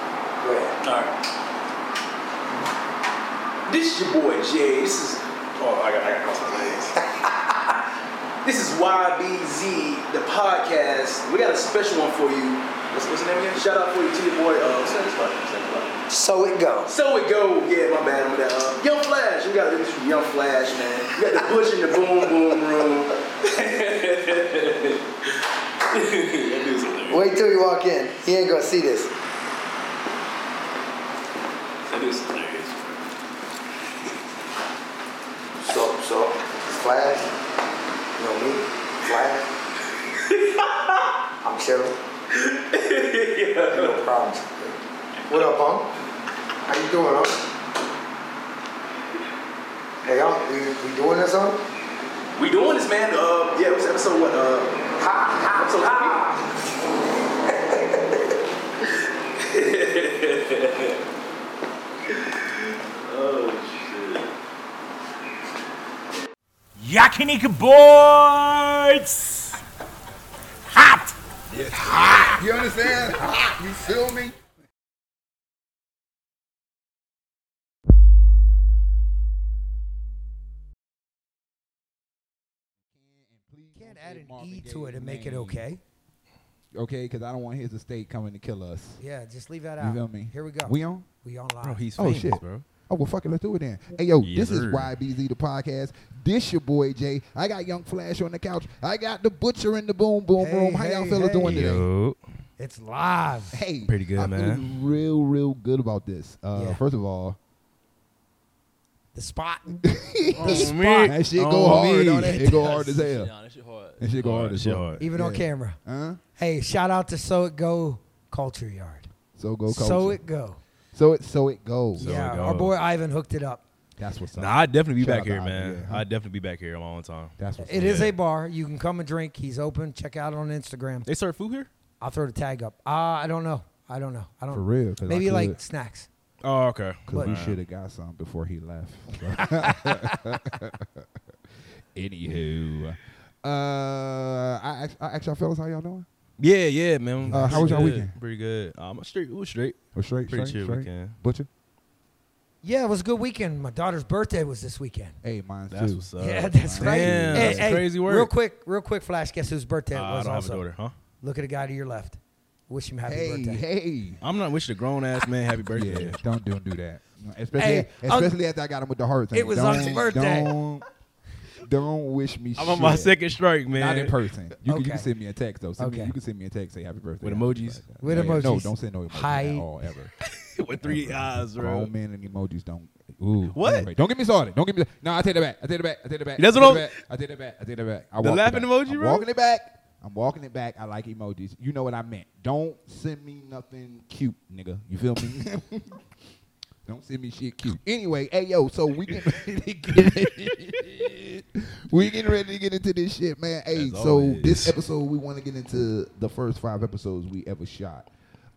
Instagram. All right. This is your boy Jay. This is oh, I got I got cross my legs. this is YBZ the podcast. We got a special one for you. What's, what's the name again? Shout out for you to your boy. Uh, what's that? What's that? What's that? So it goes. So it go. Yeah, my bad on that. Uh, Young Flash, we got this from Young Flash, man. We got the Bush in the Boom Boom Room. that dude's hilarious. Wait till you walk in. He ain't gonna see this. That dude's hilarious. So, so, Flash, you know me, Flash. I'm chilling. No problems. What up, Unc? How you doing, Unc? Hey, Unc, we, we doing this, Unc? We doing this, man. Uh, yeah, it was episode what? Uh, ha ha so ha. Yakiniku boys! Hot! You understand? You feel me? Can't add an E to it and make it okay. Okay, because I don't want his estate coming to kill us. Yeah, just leave that out. You feel me? Here we go. We on? We on live. Bro, he's Oh, famous, shit. bro. Oh well, fuck it, let's do it then. Hey yo, Yes, this is sir. YBZ the podcast. This your boy Jay. I got Young Flash on the couch. I got the butcher in the boom boom Hey, room. How y'all hey, fellas hey. doing today? Yo. it's live. Hey, Pretty good, I man. Feel real, real good about this. Uh, Yeah. First of all, The spot. that shit go hard. Don't it? it go hard as hell. Nah, that shit hard. That shit go hard as Shit hell. hard. Even on Yeah. camera. Huh? Hey, shout out to So It Go Culture Yard. So go culture. So It Go. so it so it goes. So- yeah, It our Go. boy Ivan hooked it up. That's what's up. Nah, I'd definitely be Shout back out to here, Ivy, man. yeah. I'd definitely be back here on my own time. That's what's It up. is Yeah. a bar. You can come and drink. He's open. Check out on Instagram. They serve food here? I'll throw the tag up. Uh, I don't know. I don't know. I don't For real, 'cause I Maybe like could. snacks. Oh, okay. Because we But- should have got some before he left. Anywho. Uh, I, ask- I asked y'all fellas how y'all doing? Yeah, yeah, man. Uh, how Pretty was your good. weekend? Pretty good. Um, I straight. It was straight. Or Oh, straight, Pretty straight, chill straight? weekend. Butcher? Yeah, it was a good weekend. My daughter's birthday was this weekend. Hey, mine That's too. what's up. Uh, yeah, that's right. Damn, Hey, that's hey, crazy work. Real quick, real quick, Flash. Guess whose birthday Uh, it I was don't have also? a daughter, huh? Look at the guy to your left. Wish him happy Hey, birthday. hey. I'm not wishing a grown ass man happy birthday. Yeah, don't do, do that. Especially, Hey, Unc- especially after I got him with the heart thing. It was don't, Unc's birthday. Don't, don't wish me I'm shit. on my second strike, man. Not in person. You, can, you Okay. can send me a text, though. Send me, Okay. you can send me a text, say happy birthday. With and stuff emojis? like that. With Yeah, No, emojis. don't send no emojis Hi. at all, ever. With three eyes, bro. Grown men and emojis don't. Ooh, What? anyway, don't get me started. Don't get me. No, I take it back. I take it back. I take it back. That's I what take I'm- it back. I take it back. I take it back. I The walked it laughing back. emoji, I'm bro? Walking it back. I'm walking it back. I like emojis. You know what I meant. Don't send me nothing cute, nigga. You feel me? don't send me shit cute. Anyway, hey yo, so we getting ready to get we getting ready to get into this shit, man. Hey, As so always. this episode we want to get into the first five episodes we ever shot.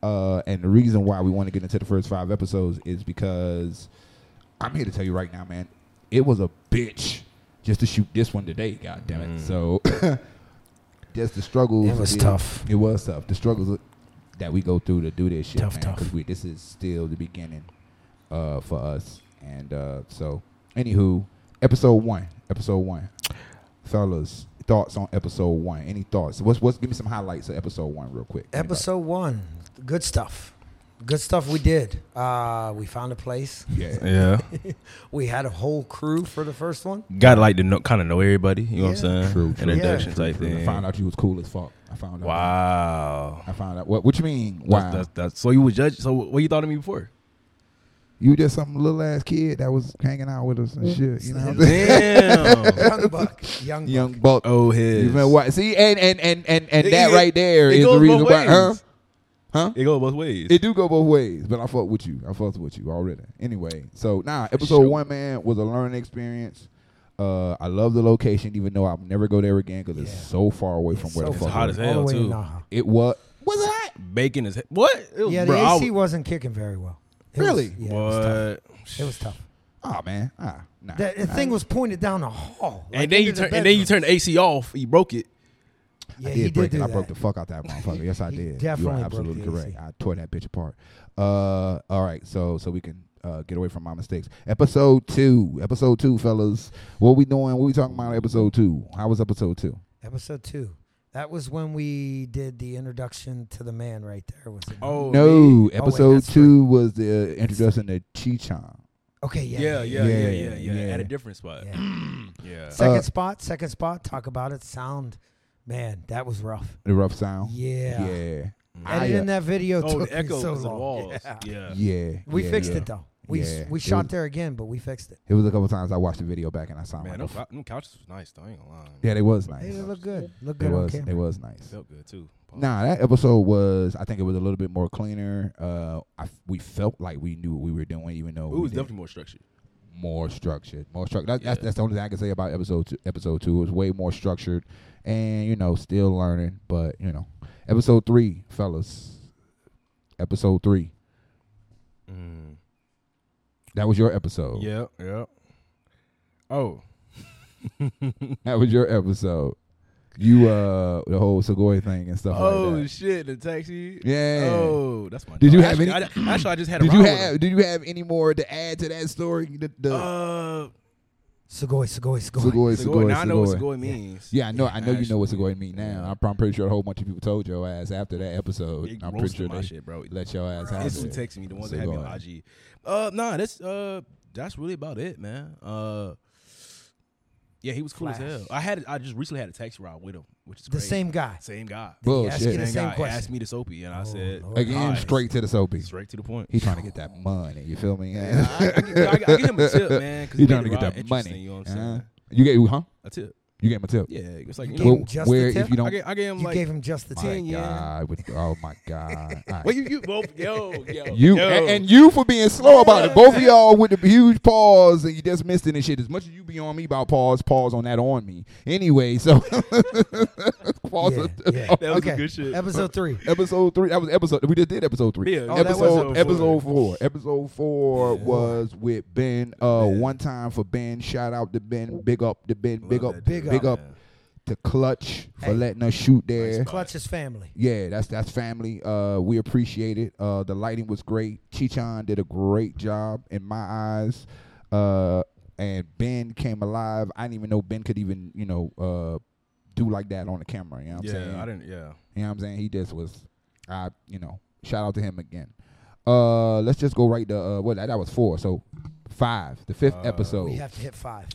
Uh, and the reason why we want to get into the first five episodes is because I'm here to tell you right now, man, it was a bitch just to shoot this one today. God damn Mm. it! So just the struggles. It was tough. It was tough. The struggles that we go through to do this shit, Tough, man, tough. 'cause we- this is still the beginning uh, for us. And uh, so, anywho, episode one, episode one, fellas, thoughts on episode one? Any thoughts? What's what's? Give me some highlights of episode one, real quick. Any thoughts? Episode one, good stuff. Good stuff we did. Uh, we found a place. Yeah. Yeah. We had a whole crew for the first one. Gotta like to know, kind of know everybody. You know what I'm Yeah. saying? True, true. Introduction Yeah. type I thing. found out you was cool as fuck. I found out. Wow. I found out. What? What you mean? Wow. That's, that's, that's, so you would judge. So what you thought of me before? you just some little ass kid that was hanging out with us and shit. You know what I'm saying? Damn. Young buck, young buck. Young buck. oh, his. You know what? See, and and and and, and It- that it- right there it is the goes reason both why. Huh? ways. Huh? It goes both ways. It do go both ways, but I fuck with you. I fucked with you already. Anyway, so nah, episode sure. one, man, was a learning experience. Uh, I love the location, even though I'll never go there again because it's Yeah. so far away from It's where so the it's fuck hot it as is. All the hell way to too. Naha. It was. Was it hot? Bacon is what? It was, Yeah, bro, the I AC was- wasn't kicking very well. It Really? Was, yeah, It, was tough. it was tough. Oh man, ah, nah. The, the nah. thing was pointed down the hall. like and then you into the turn and then you turn bedroom. the AC off. You broke it. Yeah, I he did did break it. do I broke that. the fuck out that motherfucker. Yes, I He did. you definitely are broke absolutely the correct. AC. I tore that bitch apart. Uh, all right, so so we can uh, get away from my mistakes. Episode two, episode two, fellas. What we doing? What we talking about? in Episode two. How was episode two? Episode two. That was when we did the introduction to the man right there. Was it? Oh No, wait, episode that's two was the uh, introducing the Chichon. Okay. Yeah. yeah, yeah, yeah, yeah, yeah, yeah, yeah. At a different spot. Mm, yeah. Yeah. Second Uh, spot. Second spot. Talk about it. Sound. Man, that was rough. The rough sound. Yeah. Oh, Yeah. Mm. I, Editing uh, that video Oh, took the echo me so of the long. walls. Yeah. Yeah. yeah. We yeah, fixed yeah. it though. We s- Yeah. we It shot was- there again, but we fixed it. It was a couple times I watched the video back and I sound Man, them, like a cou- them couches was nice though. I ain't gonna lie. Yeah, they was Hey, nice. it looked good. Looked It good on was camera. it was nice. Felt good too. Pause. Nah, that episode was I think it was a little bit more cleaner. Uh I f- we felt like we knew what we were doing even though It we was did definitely more structured. more structured. More structured. That, that's, that's the only thing I can say about episode two, episode 2 it was way more structured and you know still learning, but you know. Episode 3, fellas. Episode 3. Mm. That was your episode. Yeah, yeah. Oh, That was your episode. You uh the whole Segoy thing and stuff oh like that. shit, the taxi. Yeah. Oh, that's my. Did you dog. have actually, any- I, actually, I just had. A did you ride with have him. did you have any more to add to that story? The, the Uh, Segoy, Segoy, Segoy. Segoy, Segoy. Segoy, Now I know what Segoy. Segoy means. Yeah, I know. I know you know what Actually, Segoy mean now. I'm, I'm pretty sure a whole bunch of people told your ass after that episode. It I'm pretty roasted sure my they shit, bro. let your ass have Instantly it. texted me the ones that had me on IG. Uh, nah, that's uh, that's really about it, man. Uh, yeah, he was cool Flash. as hell. I had I just recently had a taxi ride with him, which is The crazy. same guy. same guy. Bullshit. Ask you the Same same guy asked question. me to soapy, and I Oh, said Lord. Again, "Nice." straight to the soapy. straight to the point. He's trying to get that money. You feel me? I, I, give, I, give him a tip, man. 'cause he He's trying to made get the ride that money. interesting, You know what I'm saying? Uh-huh. You gave huh? A tip. You gave him a tip. Yeah, it's like You you gave know, him just where the tip. if you don't Oh I, gave, I gave him You like. gave him just the my tip. ten, yeah. God, with- oh my God. All right. well, you, you both, yo, yo, You yo. and, and you for being slow about it. Both of y'all with the huge pause and you just missed it and shit. As much as you be on me about pause, pause on that on me. Anyway, so pause. Yeah, yeah. on- That was okay. a good shit. Episode three. Episode three. That was episode. We just did episode three. Yeah, Oh, that was episode episode episode four. Episode four Yeah. was with Ben. Uh, one time for Ben. Shout out to Ben. Big up to Ben. Big Love up. that Big dude, up. man. to Clutch for Hey. letting us shoot there. Clutch his family. Yeah, that's that's family. Uh, we appreciate it. Uh, the lighting was great. Chichon did a great job in my eyes. Uh, and Ben came alive. I didn't even know Ben could even you know uh do like that on the camera. You know what I'm Yeah, saying? I didn't. Yeah, You know what I'm saying? He just was, I you know, shout out to him again. Uh, let's just go right to uh, what that, that was four. So five, the fifth episode, We have to hit five.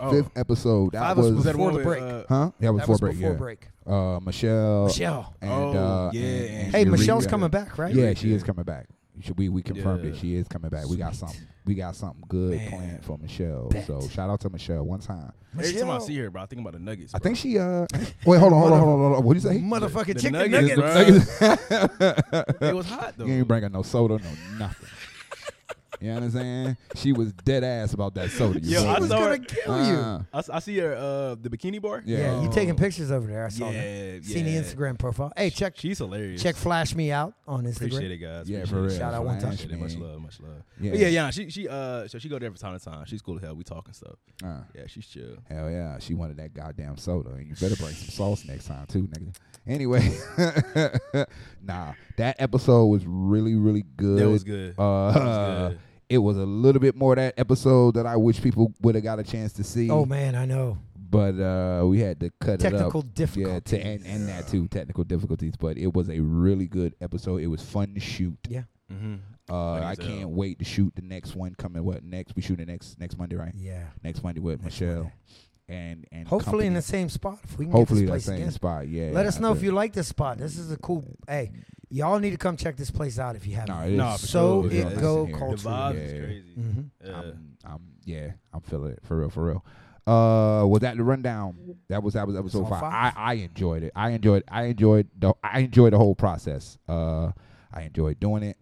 oh, fifth episode. That Five was- was, was that the before one the with, break. uh, huh? That was That before was break. before yeah. break. Uh, Michelle. Michelle. And, Oh, uh, yeah, and- and and Hey, Eureka. Michelle's coming back, right? Yeah, she is coming back. She- We we confirmed it. Yeah. She is coming back. We got Sweet. something. We got something good Man. planned for Michelle. Bet. So shout out to Michelle one time. Every time I Michelle. see her, bro, I think about the Nuggets. I bro. think she uh. Wait, hold on, hold on, hold on, hold on. What do you say? Motherfucking The chicken Nuggets, nugget. bro. it was hot though. You ain't bringing no soda, no nothing. you understand? She was dead ass about that soda. You Yo, feel I me? was saw gonna her- kill Uh, I, s- I see her uh the bikini bar. Oh, Yeah. you. Yeah, you taking pictures over there. I saw Yeah, that. Seen the yeah. Instagram profile. Hey, check She's hilarious. check Flash me out on Instagram. Appreciate it, guys. Yeah, Appreciate for it. real. Shout out one time. Appreciate it. Much Man. love, much love. Yeah. Yeah, yeah, yeah. She she uh so she go there from time to time. She's cool as hell. We talk and stuff. uh, Yeah, she's chill. hell yeah, she wanted that goddamn soda, and you better bring some sauce next time too, nigga. Anyway, nah, that episode was really, really good. That was good. Uh, That was good. It was a little bit more that episode that I wish people would have got a chance to see. Oh man, I know. but uh, we had to cut Technical it up. difficulties. Yeah, to, and, and that too, technical difficulties. But it was a really good episode. It was fun to shoot. Yeah. Mm-hmm. Uh, Funny I as hell. can't wait to shoot the next one coming. What next? We shooting next next Monday, right? Yeah. Next Monday with Next Michelle, Monday. and and Hopefully company. in the same spot. If we can hopefully get that this place same again. spot. Yeah. Let us I know if bet. you like this spot. This is a cool. Hey, y'all need to come check this place out if you haven't. No, it is Nah, for so sure. It's it nice go in here. The Ultra, culture. vibe yeah. Mm-hmm. is crazy. Mhm. Yeah. I'm, I'm yeah, I'm feeling it for real, for real. Uh, was that the rundown? That was that was episode all five. five. I I enjoyed it. I enjoyed I enjoyed the I enjoyed the whole process. Uh, I enjoyed doing it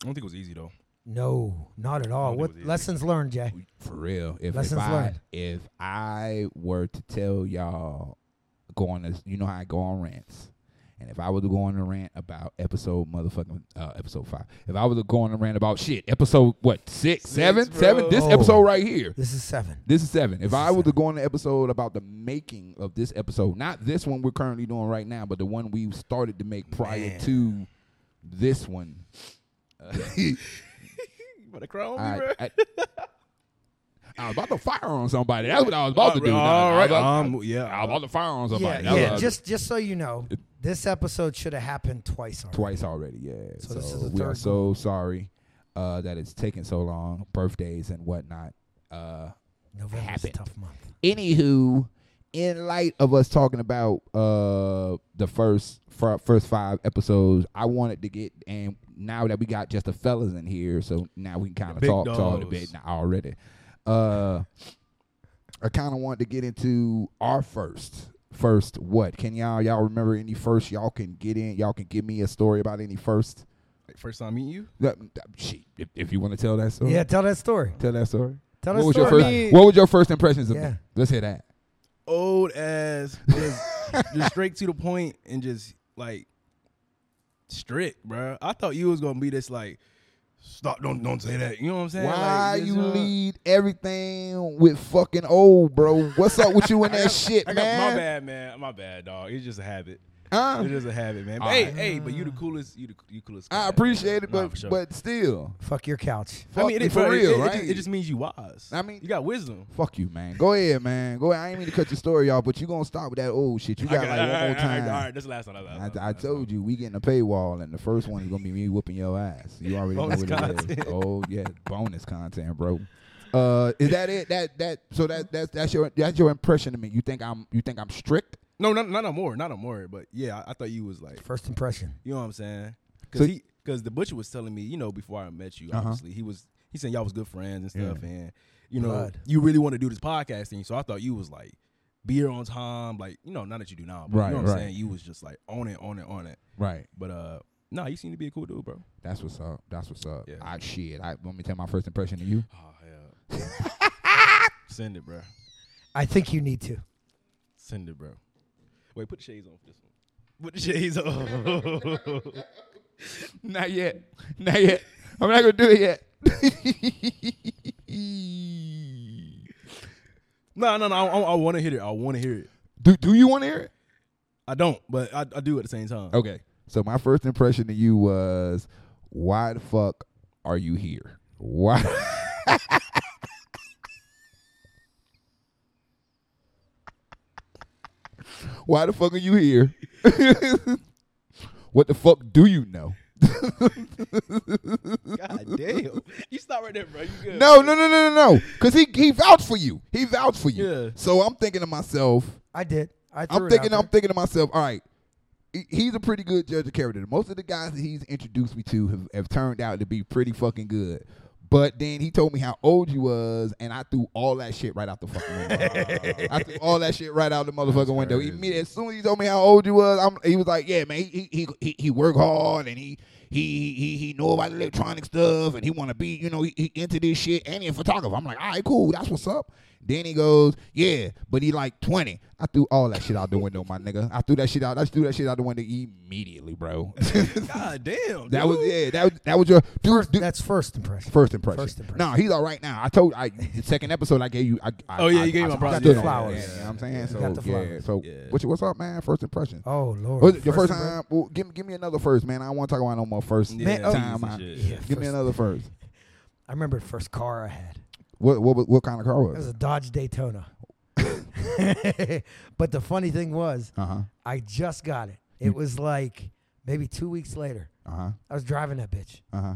I don't think it was easy though. No, not at all. Thought it What was easy. lessons learned, Jay? for real. If if Lessons I learned. if I were to tell y'all going to you know how I go on rants And if I was to go on a rant about episode motherfucking uh, episode five, if I was to go on a rant about shit, episode what six, seven, seven, this Oh. episode right here, This is seven. this is seven. If This I is was to seven. go on an episode about the making of this episode, not this one we're currently doing right now, but the one we started to make prior Man. to this one, uh, You about to cry on me, bro? I, I, I was about to fire on somebody. That's what I was about to do. Nah, All I was right, about- um, yeah, I was about to fire on Yeah, somebody. That yeah. was- Just just so you know, this episode should have happened twice already. twice already. Yeah. So, So this is the we are third so sorry uh, that it's taken so long. Birthdays and whatnot. Uh, November's a happened. tough month. anywho, in light of us talking about uh, the first fir- first five episodes, I wanted to get and now that we got just the fellas in here, so now we can kind of big talk talk a dogs. bit already. Uh, I kind of wanted to get into our first. First, what can y'all y'all remember? Any first y'all can get in? Y'all can give me a story about any first Like, First time meeting you? That- that- Shit, if, if you want to tell that story, Yeah, tell that story. tell that story. Tell what that was story. your first? I mean- what was your first impressions of Yeah. me? Let's hear that. Old ass, just, just straight to the point and just like strict, bro. I thought you was gonna be this like, stop, don't, don't say that. You know what I'm saying? Why Like, just, you uh, lead everything with fucking old, bro? What's up with you and I that got- shit, I got, man? My bad, man. My bad, dog. It's just a habit. Huh? It's just a habit, man. But All hey, right. hey, but you the coolest. You the you coolest. I guy. appreciate it, Nah, but for sure. but still, Fuck your couch. fuck I mean, me it, for but it- real, it- it right? just- It, just means you wise. I mean- you got wisdom. fuck you, man. Go ahead, man. Go ahead. I ain't mean to cut your story off, but you gonna stop with that old shit. You got Okay, like one more all right, All time. right, that's the last one. I, I told you we getting a paywall, and the first one is gonna be me whooping your ass. You already Bonus know what it is. content. Oh yeah, bonus content, bro. Uh, is that it? That that so that that's that's your that's your impression of me. You think I'm you think I'm strict? No, not not no more, not no more. But yeah, I, I thought you was like, First impression. you know what I'm saying? So- Uh-huh. Because he, because the butcher was telling me, you know, before I met you, obviously he was, he saying y'all was good friends and stuff, and you know, Blood. you really want to do this podcast thing. So I thought you was like, be here on time, like you know, not that you do now, but Right, you know what right. I'm saying? You was just like on it, on it, on it. Right. But uh, nah, you seem to be a cool dude, bro. That's what's up. That's what's up. Yeah. I shit. I want me to tell my first impression of you. Oh yeah. Send it, bro. I think you need to. Send it, bro. Wait, put the shades on for this one. Put the shades on. Not yet. Not yet. I'm not gonna do it yet. no, no, no. I, I, want to hear it. I want to hear it. do Do you want to hear it? I don't, but I, I do at the same time. Okay. So my first impression of you was, why the fuck are you here? Why? why the fuck are you here? what the fuck do you know? God damn. You stop right there, bro. You good? No, no, no, no, no, no. Because he he vouched for you. He vouched for you. Yeah. So I'm thinking to myself. I did. I threw I'm it thinking. out I'm thinking to myself. All right. he- He's a pretty good judge of character. Most of the guys that he's introduced me to have, have turned out to be pretty fucking good. But then he told me how old you was, and I threw all that shit right out the fucking window. I threw all that shit right out the motherfucking window. Immediately, as soon as he told me how old you was, I'm, he was like, "Yeah, man, he he he, he work hard, and he he he he know about electronic stuff, and he want to be, you know, he, he into this shit, and he a photographer." I'm like, "All right, cool, that's what's up." Then he goes, "Yeah, but he like 20." I threw all that shit out the window, my nigga. I threw that shit out. I threw that shit out the window immediately, bro. God damn. that was dude. yeah. That was that was your dude. First, dude that's first impression. First impression. First impression. No, he's all right now. I told I the second episode I gave you. I, I Oh, yeah, I, you gave I, my I brother. stood Got on the it. flowers. Yeah, you know what I'm saying so. Got the yeah, flowers. so Yeah. what you- what's up, man? First impression. Oh lord. was it your first, impre- time? Well, give me give me another first, man. I don't want to talk about no more first Yeah, Man, oh, time. I- Jesus, Yeah. shit. give me first- another first. I remember the first car I had. What what what, what kind of car It was? was it? a Dodge Daytona. but the funny thing was, Uh huh. I just got it. It was like maybe two weeks later. Uh huh. I was driving that bitch. Uh huh.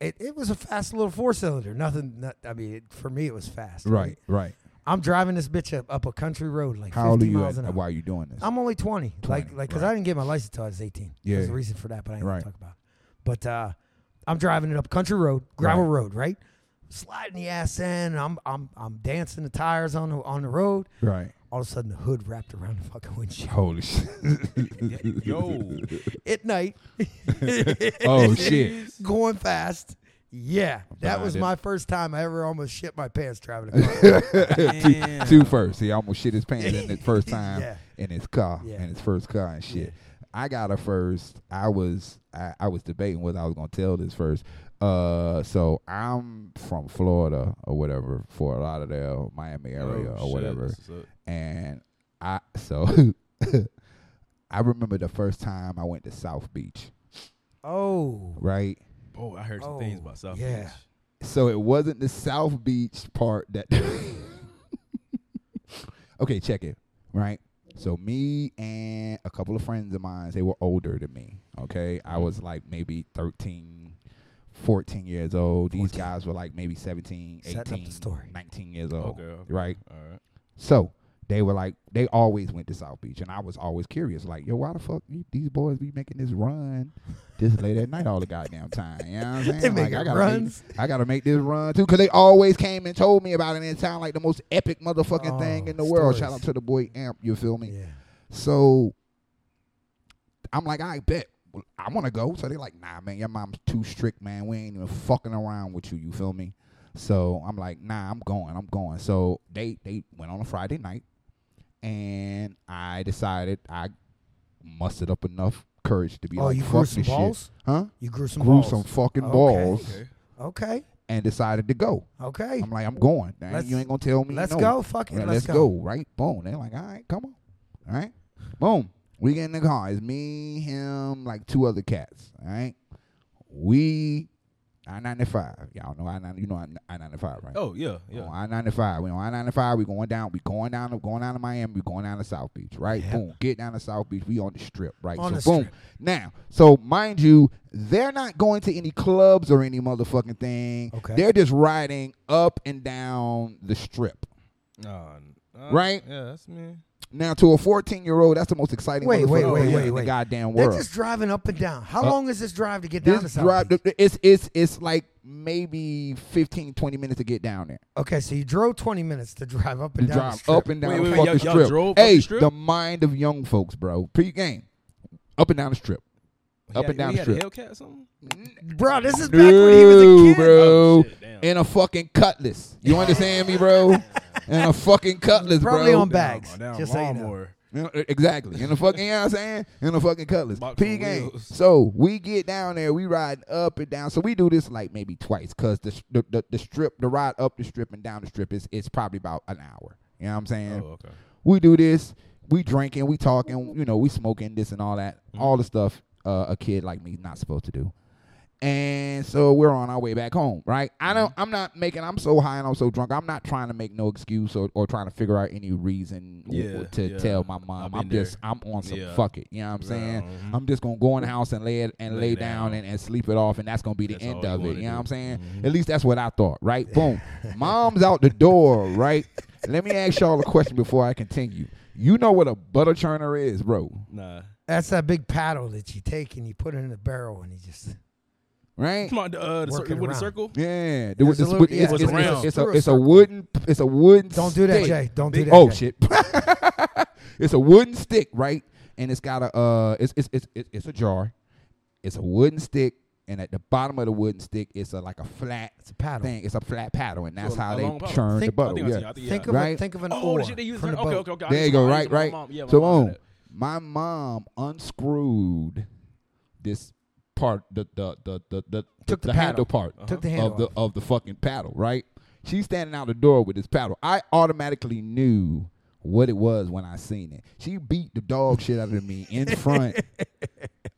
It, it was a fast little four cylinder. Nothing. Not, I mean, it, for me, it was fast. Right. Right. I'm driving this bitch up, up a country road like How old 50 are you miles an hour. at, while you doing this? I'm only 20. 20, like, like, cause right. I didn't get my license till I was 18. Yeah. There's a reason for that, but I ain't Right. gonna talk about. It. But uh, I'm driving it up country road, gravel Right. road, right? Sliding the ass in, and I'm, I'm, I'm dancing the tires on the, on the road. right. All of a sudden, the hood wrapped around the fucking windshield. Holy shit. Yo. At night, oh shit. going fast. Yeah, that was Blinded. my first time I ever almost shit my pants driving a car. two, two first. He almost shit his pants in the first time Yeah. in his car, Yeah. in his first car and shit. I got her first. I was I, I was debating whether I was gonna tell this first. Uh, so I'm from Florida or whatever, Fort Lauderdale, Miami Oh, area Oh, or whatever and I so I remember the first time I went to South Beach, Oh, right? Oh, I heard some Oh, things about South yeah. Beach. So it wasn't the South Beach part that Okay, check it, right? So me and a couple of friends of mine, they were older than me, okay? I was Mm-hmm. like maybe 13 14 years old. These 14. guys were like maybe 17, Setting 18, up the story. 19 years old. Okay, okay. Right? All right. So they were like, they always went to South Beach, and I was always curious, like, yo, why the fuck you- these boys be making this run this late at night all the goddamn time? You know what I'm saying? They like, I making gotta runs. Make, I gotta make this run too, because they always came and told me about it, and it sounded like the most epic motherfucking Oh, thing in the world. Shout stories. out to the boy Amp, you feel me? yeah. So I'm like, I bet. I want to go. So they're like, nah, man, your mom's too strict, man. We ain't even fucking around with you. You feel me? So I'm like, nah, I'm going. I'm going. So they they went on a Friday night, and I decided I mustered up enough courage to be Oh, like, you fuck grew some this shit. balls? huh? You grew some grew balls. some fucking Okay. balls, Okay. Okay. and decided to go. Okay. I'm like, I'm going. Now, Let's- you ain't gonna tell me. let's no. go. Fuck it. Yeah, let's, let's, go. go. Right? Boom. They're like, all right, come on. All right. Boom. We get in the car. It's me, him, like two other cats. All right. We I ninety five. Y'all know I nine you know I ninety five, right? Oh yeah, yeah. On I ninety five. We on I ninety five. We going down. We going down. We going down to Miami. We going down to South Beach. Right. Boom. Get down to South Beach. We on the strip. Right. On so the boom. strip. Now, so mind you, they're not going to any clubs or any motherfucking thing. Okay. They're just riding up and down the strip. Nah, nah, Right? Yeah, that's me. Now, to a 14 year old, that's the most exciting Wait, wait, motherfucking wait, thing wait, in the wait. goddamn They're world. just driving up and down. How Uh, long is this drive to get down to this South drive, Beach? it's, it's, it's like maybe 15, 20 minutes to get down there. Okay, so you drove 20 minutes to drive up You and down. the drive strip. up and down Wait, the wait, wait, fucking y'all- y'all strip. drove up hey, the strip? mind of young folks, bro. Pre game. Up and down the strip. Up He and had- down he the had a strip. Hellcat or something. Bro, this is back when he was a No, kid. bro. Oh, shit, damn. in a fucking cutlass. You understand me, bro? In a fucking cutlass, Probably bro. on bags. Down, down just so you know. lawnmower. You know, e-, Exactly. In the fucking, you know what I'm saying? In the fucking cutlass. Box P on game. wheels. So we get down there, we ride up and down. So we do this like maybe twice because the, s- the, the, the strip, the ride up the strip and down the strip is it's probably about an hour. You know what I'm Oh, saying? okay. We do this, we drinking, we talking, you know, we smoking, this and all that. Mm-hmm. All the stuff uh, a kid like me not supposed to do. And so we're on our way back home, right? I don't Mm-hmm. I'm not making I'm so high and I'm so drunk. I'm not trying to make no excuse or, or trying to figure out any reason w- w- Yeah, to yeah. tell my mom. I've I'm been just I'm on some Yeah. fuck it. You know what I'm saying? Yeah, mhm. I'm just gonna go in the house and lay it and lay, Lay down, down. and, and sleep it off and that's gonna be the That's all end you of wanna it. You know do. Mm-hmm. what I'm saying? At least that's what I thought, right? Boom. Mom's out the door, right? Let me ask y'all a question before I continue. You know what a butter churner is, bro, Nah. That's that big paddle that you take and you put it in a barrel and you just. right? Come on, the, uh, the Working circle, with the around. circle. Yeah, There's a it's, little- it's- yeah, it's- it's it's- round. it's a Through a it's a circle. wooden it's a wooden. Don't do that, stick. Jay. Don't do that. Oh Jay. shit! it's a wooden stick, right? And it's got a uh, it's it's it's it's it's a jar. It's a wooden stick, and at the bottom of the wooden stick, it's a like a flat It's a paddle. thing. It's a flat paddle, and that's So a- how a they long paddle. churn the Think- butter. I think I see. Yeah. I think, yeah. Think of Right? a, think of an Oh, oar the shit they use. from the Okay, okay, boat. okay, okay. I There you used go. to- I Right, used to- my right. mom- yeah, my so mom boom, had my mom unscrewed this part, the the the the the, Took the handle paddle. part Uh-huh. Took the handle of the off. of the fucking paddle. Right. She's standing out the door with this paddle. I automatically knew what it was when I seen it. She beat the dog shit out of me in front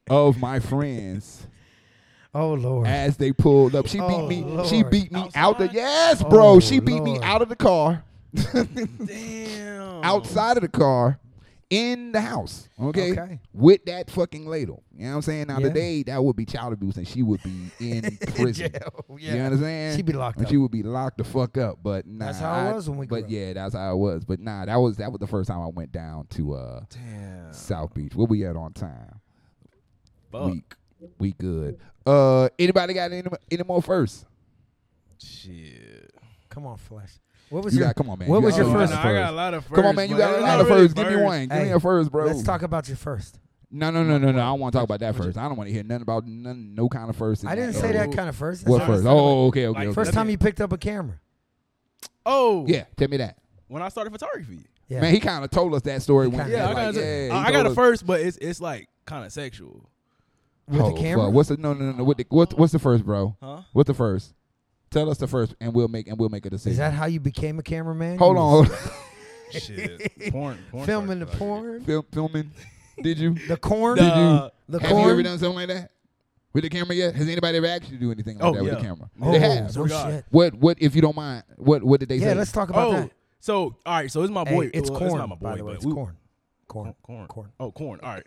of my friends Oh, Lord. as they pulled up. She beat Oh, me. She Lord. beat me out the Outside? yes, bro. Oh, she beat me Lord. out of the car it. Damn. outside of the car in the house. Okay. Okay. With that fucking ladle. You know what I'm saying? Now Yeah. today that would be child abuse and she would be in prison. Jail, You yeah. know what I'm saying? She'd be locked and up. She would be locked the fuck up. But nah, That's how it I- was when we But grew up. yeah, that's how it was. But nah, that was that was the first time I went down to uh Damn. South Beach. Where we at on time? Fuck. Week. We good. Uh anybody got any any more first? Shit. Come on, Flesh. What was You your, got come on man. What You was your always first- got Nah, a I got a lot of first. Come on, man! You got a lot of first. Give me one. Give me Hey, a first, bro. Let's talk about your first. No, no, no, no, no. I don't want to talk about that first. I don't want to hear nothing about none, no kind of first. in I didn't that say area. that kind of first. What That's first? not- Oh, okay, okay. Like, okay. First time you picked up a camera. Oh. Yeah, tell me that. When I started photography. Yeah. Man, he kind of told us that story He when. kinda- Yeah, I got. like, yeah, a- he I I told got a us- first, but it's it's like kind of sexual. With oh, the camera? fuck. What's the no no no no? What the, what, what's the first, bro? Huh? What's the first? Tell us the first, and we'll make and we'll make a decision. Is that how you became a cameraman? hold You on, was hold on. Shit, porn, porn Filming the starts- porn? Film, filming? Did you? The corn? Did you? Nah. The have you ever corn? done something like that with the camera yet? Has anybody ever asked you to do anything like Oh, that with the yeah. camera? Oh, they have. no Regard. shit. What? What? If you don't mind, what? What did they Yeah, say? let's talk about Oh, that. so all right, so it's my Hey, boy. it's well, corn. not my boy, by the way, but it's we- corn. Corn. corn, Corn. Oh, corn. All right.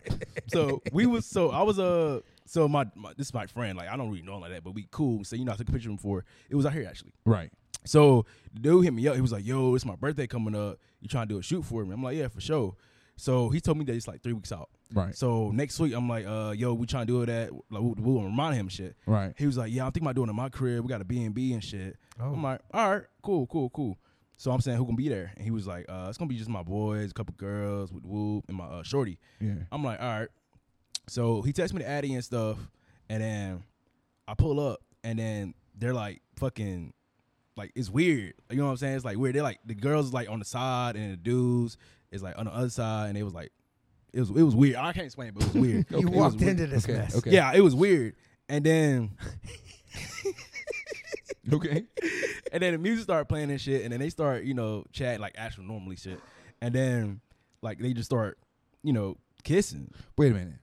So we was so I was uh so my, my this is my friend. Like I don't really know him like that, but we cool. So you know I took a picture of him for it was out here actually. right. So the dude hit me up. He was like, "Yo, it's my birthday coming up. You trying to do a shoot for me?" I'm like, "Yeah, for sure." So he told me that it's like three weeks out. Right. So next week I'm like, "Uh, yo, we trying to do it at like we, we gonna remind him shit." Right. He was like, "Yeah, I'm thinking about doing it in my crib. We got a B and B and shit." I'm like, "All right, cool, cool, cool." So I'm saying, "Who gonna be there?" And he was like, "Uh, it's gonna be just my boys, a couple girls with Whoop and my uh, shorty." Yeah. I'm like, all right. So he texts me the Addy and stuff, and then I pull up, and then they're like fucking, like it's weird. You know what I'm saying? It's like weird. They're like the girls is like on the side, and the dudes is like on the other side, and it was like, it was it was weird. I can't explain, it, but it was weird. It You was walked weird. into this Okay. mess. Okay. Yeah, it was weird. And then Okay. and then the music started playing and shit, and then they start, you know, chatting like actual normally shit. And then like they just start, you know, kissing. Wait a minute.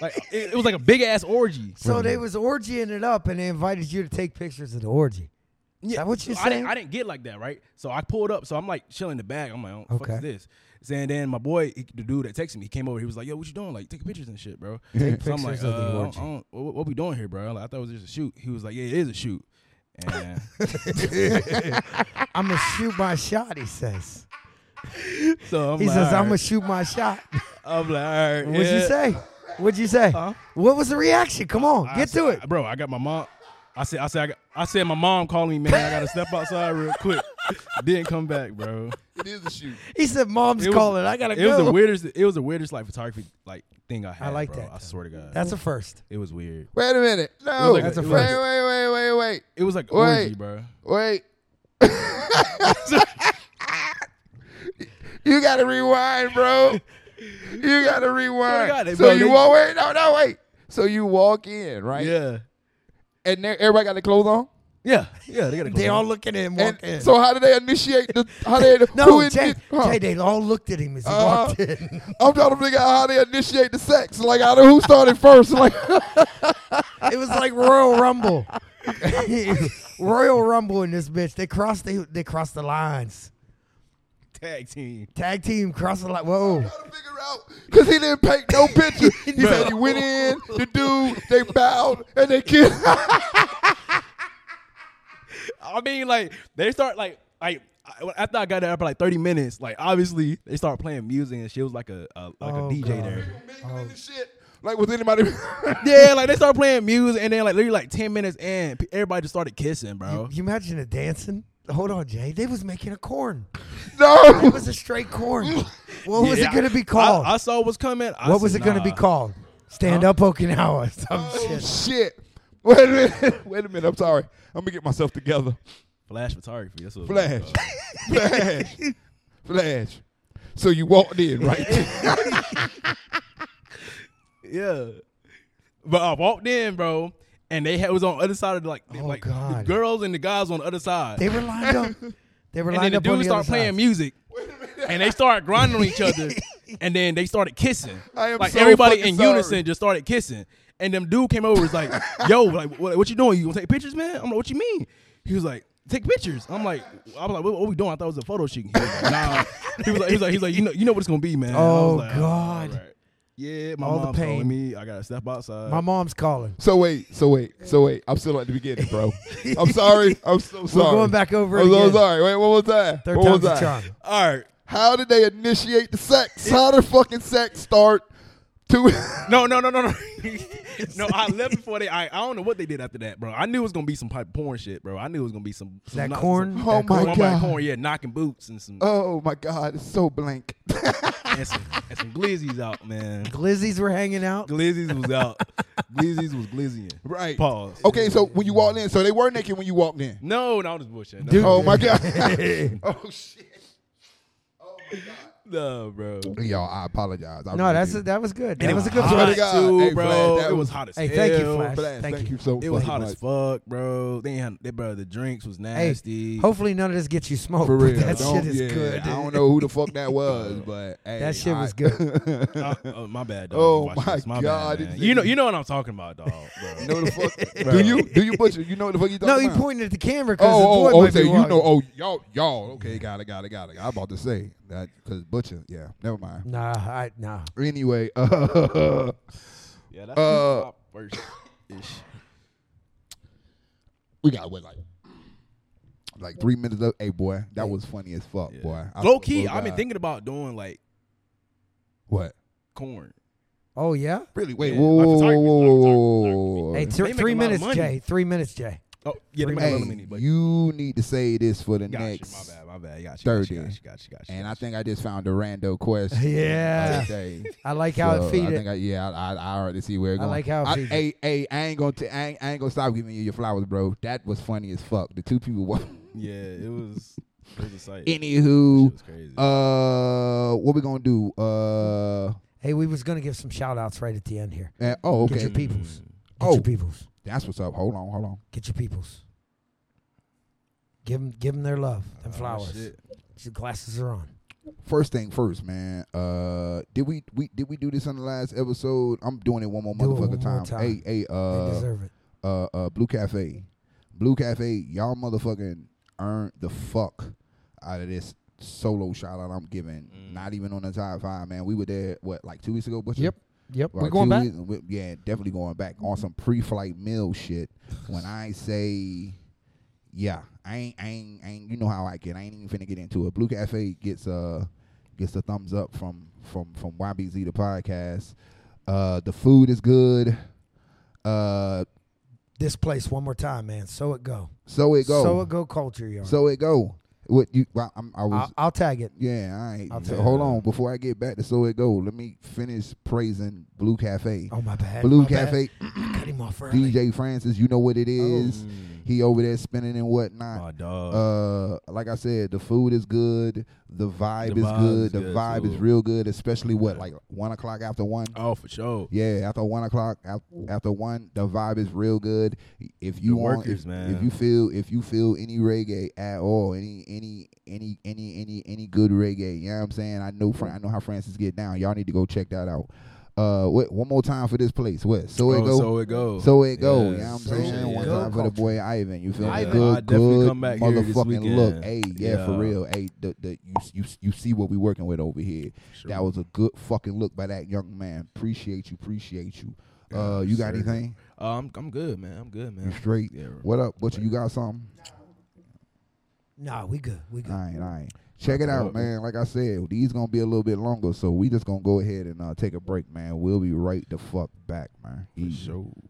Like it, it was like a big ass orgy. So they was orgying it up, and they invited you to take pictures of the orgy. Yeah, that what you're so I didn't, saying? I didn't get like that, right? So I pulled up. So I'm like chilling the bag. I'm like, oh, fuck Okay. is this? So, and then my boy, he- the dude that texted me, he came over. He was like, yo, what you doing? Like, taking pictures and shit, bro. Take so I'm like, pictures of uh, the I don't- orgy. I don't- what, what we doing here, bro? Like, I thought it was just a shoot. He was like, yeah, it is a shoot. And I'm gonna shoot my shot. He says. so I'm He like, says all I'm gonna right. shoot my shot. I'm like, all right. What'd yeah. you say? What'd you say? Huh? What was the reaction? Come on, I get to said- it. bro. I got my mom. I said, I said, I, got, I said, my mom calling me, man. I gotta step outside real quick. Didn't come back, bro. It is a shoot. He said, "Mom's It was- calling. I gotta It go." was the weirdest. It was the weirdest like photography like thing I had. like bro. that, I though. swear to God, That's a first. it was weird. Wait a minute. No. like- That's a wait, first. wait, wait, wait, wait. It was like Wait. orgy, bro. Wait. you gotta rewind, bro. You gotta rewind. God, they- so bro, you they- walk wait, no, no, wait. So you walk in, right? Yeah, And there, everybody got their clothes on. yeah, yeah. They got They all looking at him And walk in. so how do they initiate the? How they? who no, in- Jay, huh? Jay, they all looked at him as he Uh-huh. walked in. I'm trying to figure out how they initiate the sex. Like, I don't, who started first? Like, It was like Royal Rumble. Royal Rumble in this bitch. They crossed they they crossed the lines. tag team. Tag team crossed the line. Whoa. because he didn't paint no picture. He said he went in, the dude, they bowed, and they kissed. Oh. I mean, like they start like like I- after I got there for like thirty minutes, like obviously they start playing music and she was like a, a like Oh, a DJ God. there. And shit. Like, was anybody? Yeah, like they start playing music and then like literally like ten minutes in, p- everybody just started kissing, bro. You, you imagine the dancing? Hold on, Jay. They was making a corn. no. It was a straight corn. What was Yeah, it gonna I- be called? I, I saw what's coming. I what was said, it gonna be nah. called? Stand up Okinawa. or Some Oh, shit. shit. Wait a minute. Wait a minute. I'm sorry. I'm going to get myself together. Flash photography. That's what it was called. Flash. Flash. Flash. So you walked in, right? Yeah. But I walked in, bro, and they had was on the other side of the, like the- Oh, like the God. girls and the guys on the other side. They were lined up. They were and lined then the up on dudes the start other playing side. music. And they started grinding on each other. And then they started kissing. I am like so everybody fucking in sorry. unison just started kissing. And them dude came over was like, yo, like what, what you doing? You gonna take pictures, man? I'm like, what you mean? He was like, take pictures. I'm like, I'm like, what, what we doing? I thought it was a photo shoot. He was like, nah. he was like, he was like, he was like, you know, you know what it's gonna be, man. I was Oh, like, all God. right. Yeah, my All the mom told pain. me I gotta step outside. My mom's calling. So wait, so wait, so wait. I'm still at the beginning, bro. I'm sorry. I'm so sorry. going back over it I'm so again. sorry. Wait, one more time. Third one more time's time. a charm. All right. How did they initiate the sex? How did fucking sex start? To No, no, no, no, no. no, I left before they. I, I don't know what they did after that, bro. I knew it was gonna be some pipe porn shit, bro. I knew it was gonna be some, some That knock- corn. some- Oh that my corn. corn by God. corn, yeah, knocking boots and some oh my god, it's so blank. and some, and some glizzies out, man. Glizzies were hanging out. Glizzies was out. glizzies was glizzying. Right. Pause. Okay, so when you walked in, so they were naked when you walked in. No, no, I'm just bullshit. No. Oh my god. oh shit. Oh my god. No, bro. Y'all, I apologize. I No, really that's do. a, that was good. That it was a was good hot. Swear one. to Flash God. too, Hey, bro. Flash, that It was was hot as Hey, thank you, hell. Flash. Flash, Thank you. so It was fucking hot as much. fuck, bro. They had, they, bro, the drinks was Hey, nasty. hopefully none of this gets you smoked. For but real. that Don't- shit is yeah, good. I don't know who the fuck that was, but hey, That shit was I- good. Uh, uh, my bad, dog. Oh, Watch my this. God, bad, man. it's- you know, you know what I'm talking about, dog. Bro. You know the fuck? do you? Do you butcher? You know what the fuck you talking no, he about? pointed at the camera because the Oh, boy oh, oh might okay. be You walking. know, oh, y'all, y'all. Okay, got it, got it, got it. I'm about to say that because butcher. Yeah, never mind. Nah, I, nah. Anyway, uh, yeah, that's Uh, my first ish. we got what like like three minutes of. Hey, boy, that was funny as fuck, boy. I- Low key, oh, I've been God. thinking about doing like What? corn. Oh yeah. Really? Wait. Yeah, whoa, my whoa, photography- whoa, whoa, whoa, Hey, whoa. thr- They make three a lot of minutes, money. Jay. Three minutes, Jay. Oh yeah, they Hey, make a Hey, little mini, but you need to say this for the got next. you. My bad, my bad. Got you, got you, 30. got you, got you, got you. And I think I just found a rando question. Yeah. today. I like how So, it feed I it. think I, yeah, I, I, I already see where it I going. like how it I, feed hey, hey, I ain't gonna, t- I, ain't, I ain't gonna stop giving you your flowers, bro. That was funny as fuck. The two people. Were. yeah, it was. It was a sight. Shit Anywho, was crazy. uh, what we gonna do? Uh, hey, we was gonna give some shout outs right at the end here. eh, oh, Get your okay. peoples. Get Oh. your peoples. That's what's up. Hold on, hold on. Get your peoples. Give them, give them their love, them Oh, flowers. shit. The glasses are on. First thing first, man. Uh, did we we did we do this on the last episode? I'm doing it one more Do it motherfucker one more time. Hey, time. hey, They uh, deserve it. uh, uh, Blue Cafe. Blue Cafe, y'all motherfucking earned the fuck out of this solo shout out I'm giving. Not even on the top five, man. We were there, what, like two weeks ago, Butcher? Yep. Yep. Like We're going two back. weeks- we- yeah, definitely going back on some pre flight meal shit. when I say, yeah, I ain't, I ain't, I ain't, you know how I get. I ain't even finna get into it. Blue Cafe gets, uh, gets a thumbs up from from from YBZ the podcast. Uh, the food is good. Uh, This place one more time, man. So it go. so it go. So it go culture yard. So it go. What you? Well, I'm, I was. I'll, I'll tag it. yeah, all right. I'll So tell hold you. on. Before I get back to so it go, let me finish praising Blue Cafe. Oh my bad. Blue my bad. Cafe, Cut him off early. Oh, DJ Francis. You know what it is. He over there spinning and my whatnot. dog. Uh, like I said, the food is good. The vibe The is vibe good. is The good, vibe is too. real good, especially what like one o'clock after one. oh, for sure. Yeah, after one o'clock, af- after one, the vibe is real good. If you The want, workers, if, man. if you feel, if you feel any reggae at all, any, any, any, any, any, any good reggae, you know what I'm saying? I know, Fran- I know how Francis get down. Y'all need to go check that out. Uh, what, one more time for this place. What? So it Oh, go. So it go. So it Yeah. go. You know what I'm So saying? it One go. time for the boy Ivan. You feel me? Ivan. I'll Good, definitely good come back here this motherfucking weekend. look. Hey, yeah, for Yeah. real. Hey, the, the, you, you, you see what we working with over here. Sure. That was a good fucking look by that young man. Appreciate you. Appreciate you. Uh, you sir. got anything? Uh, I'm I'm good, man. I'm good, man. You straight? Yeah. What up, Butcher? You got something? Nah, we good. We good. All right, all right. Check it out, man. Like I said, these gonna be a little bit longer, so we just gonna go ahead and uh, take a break, man. We'll be right the fuck back, man. Easy. Sure.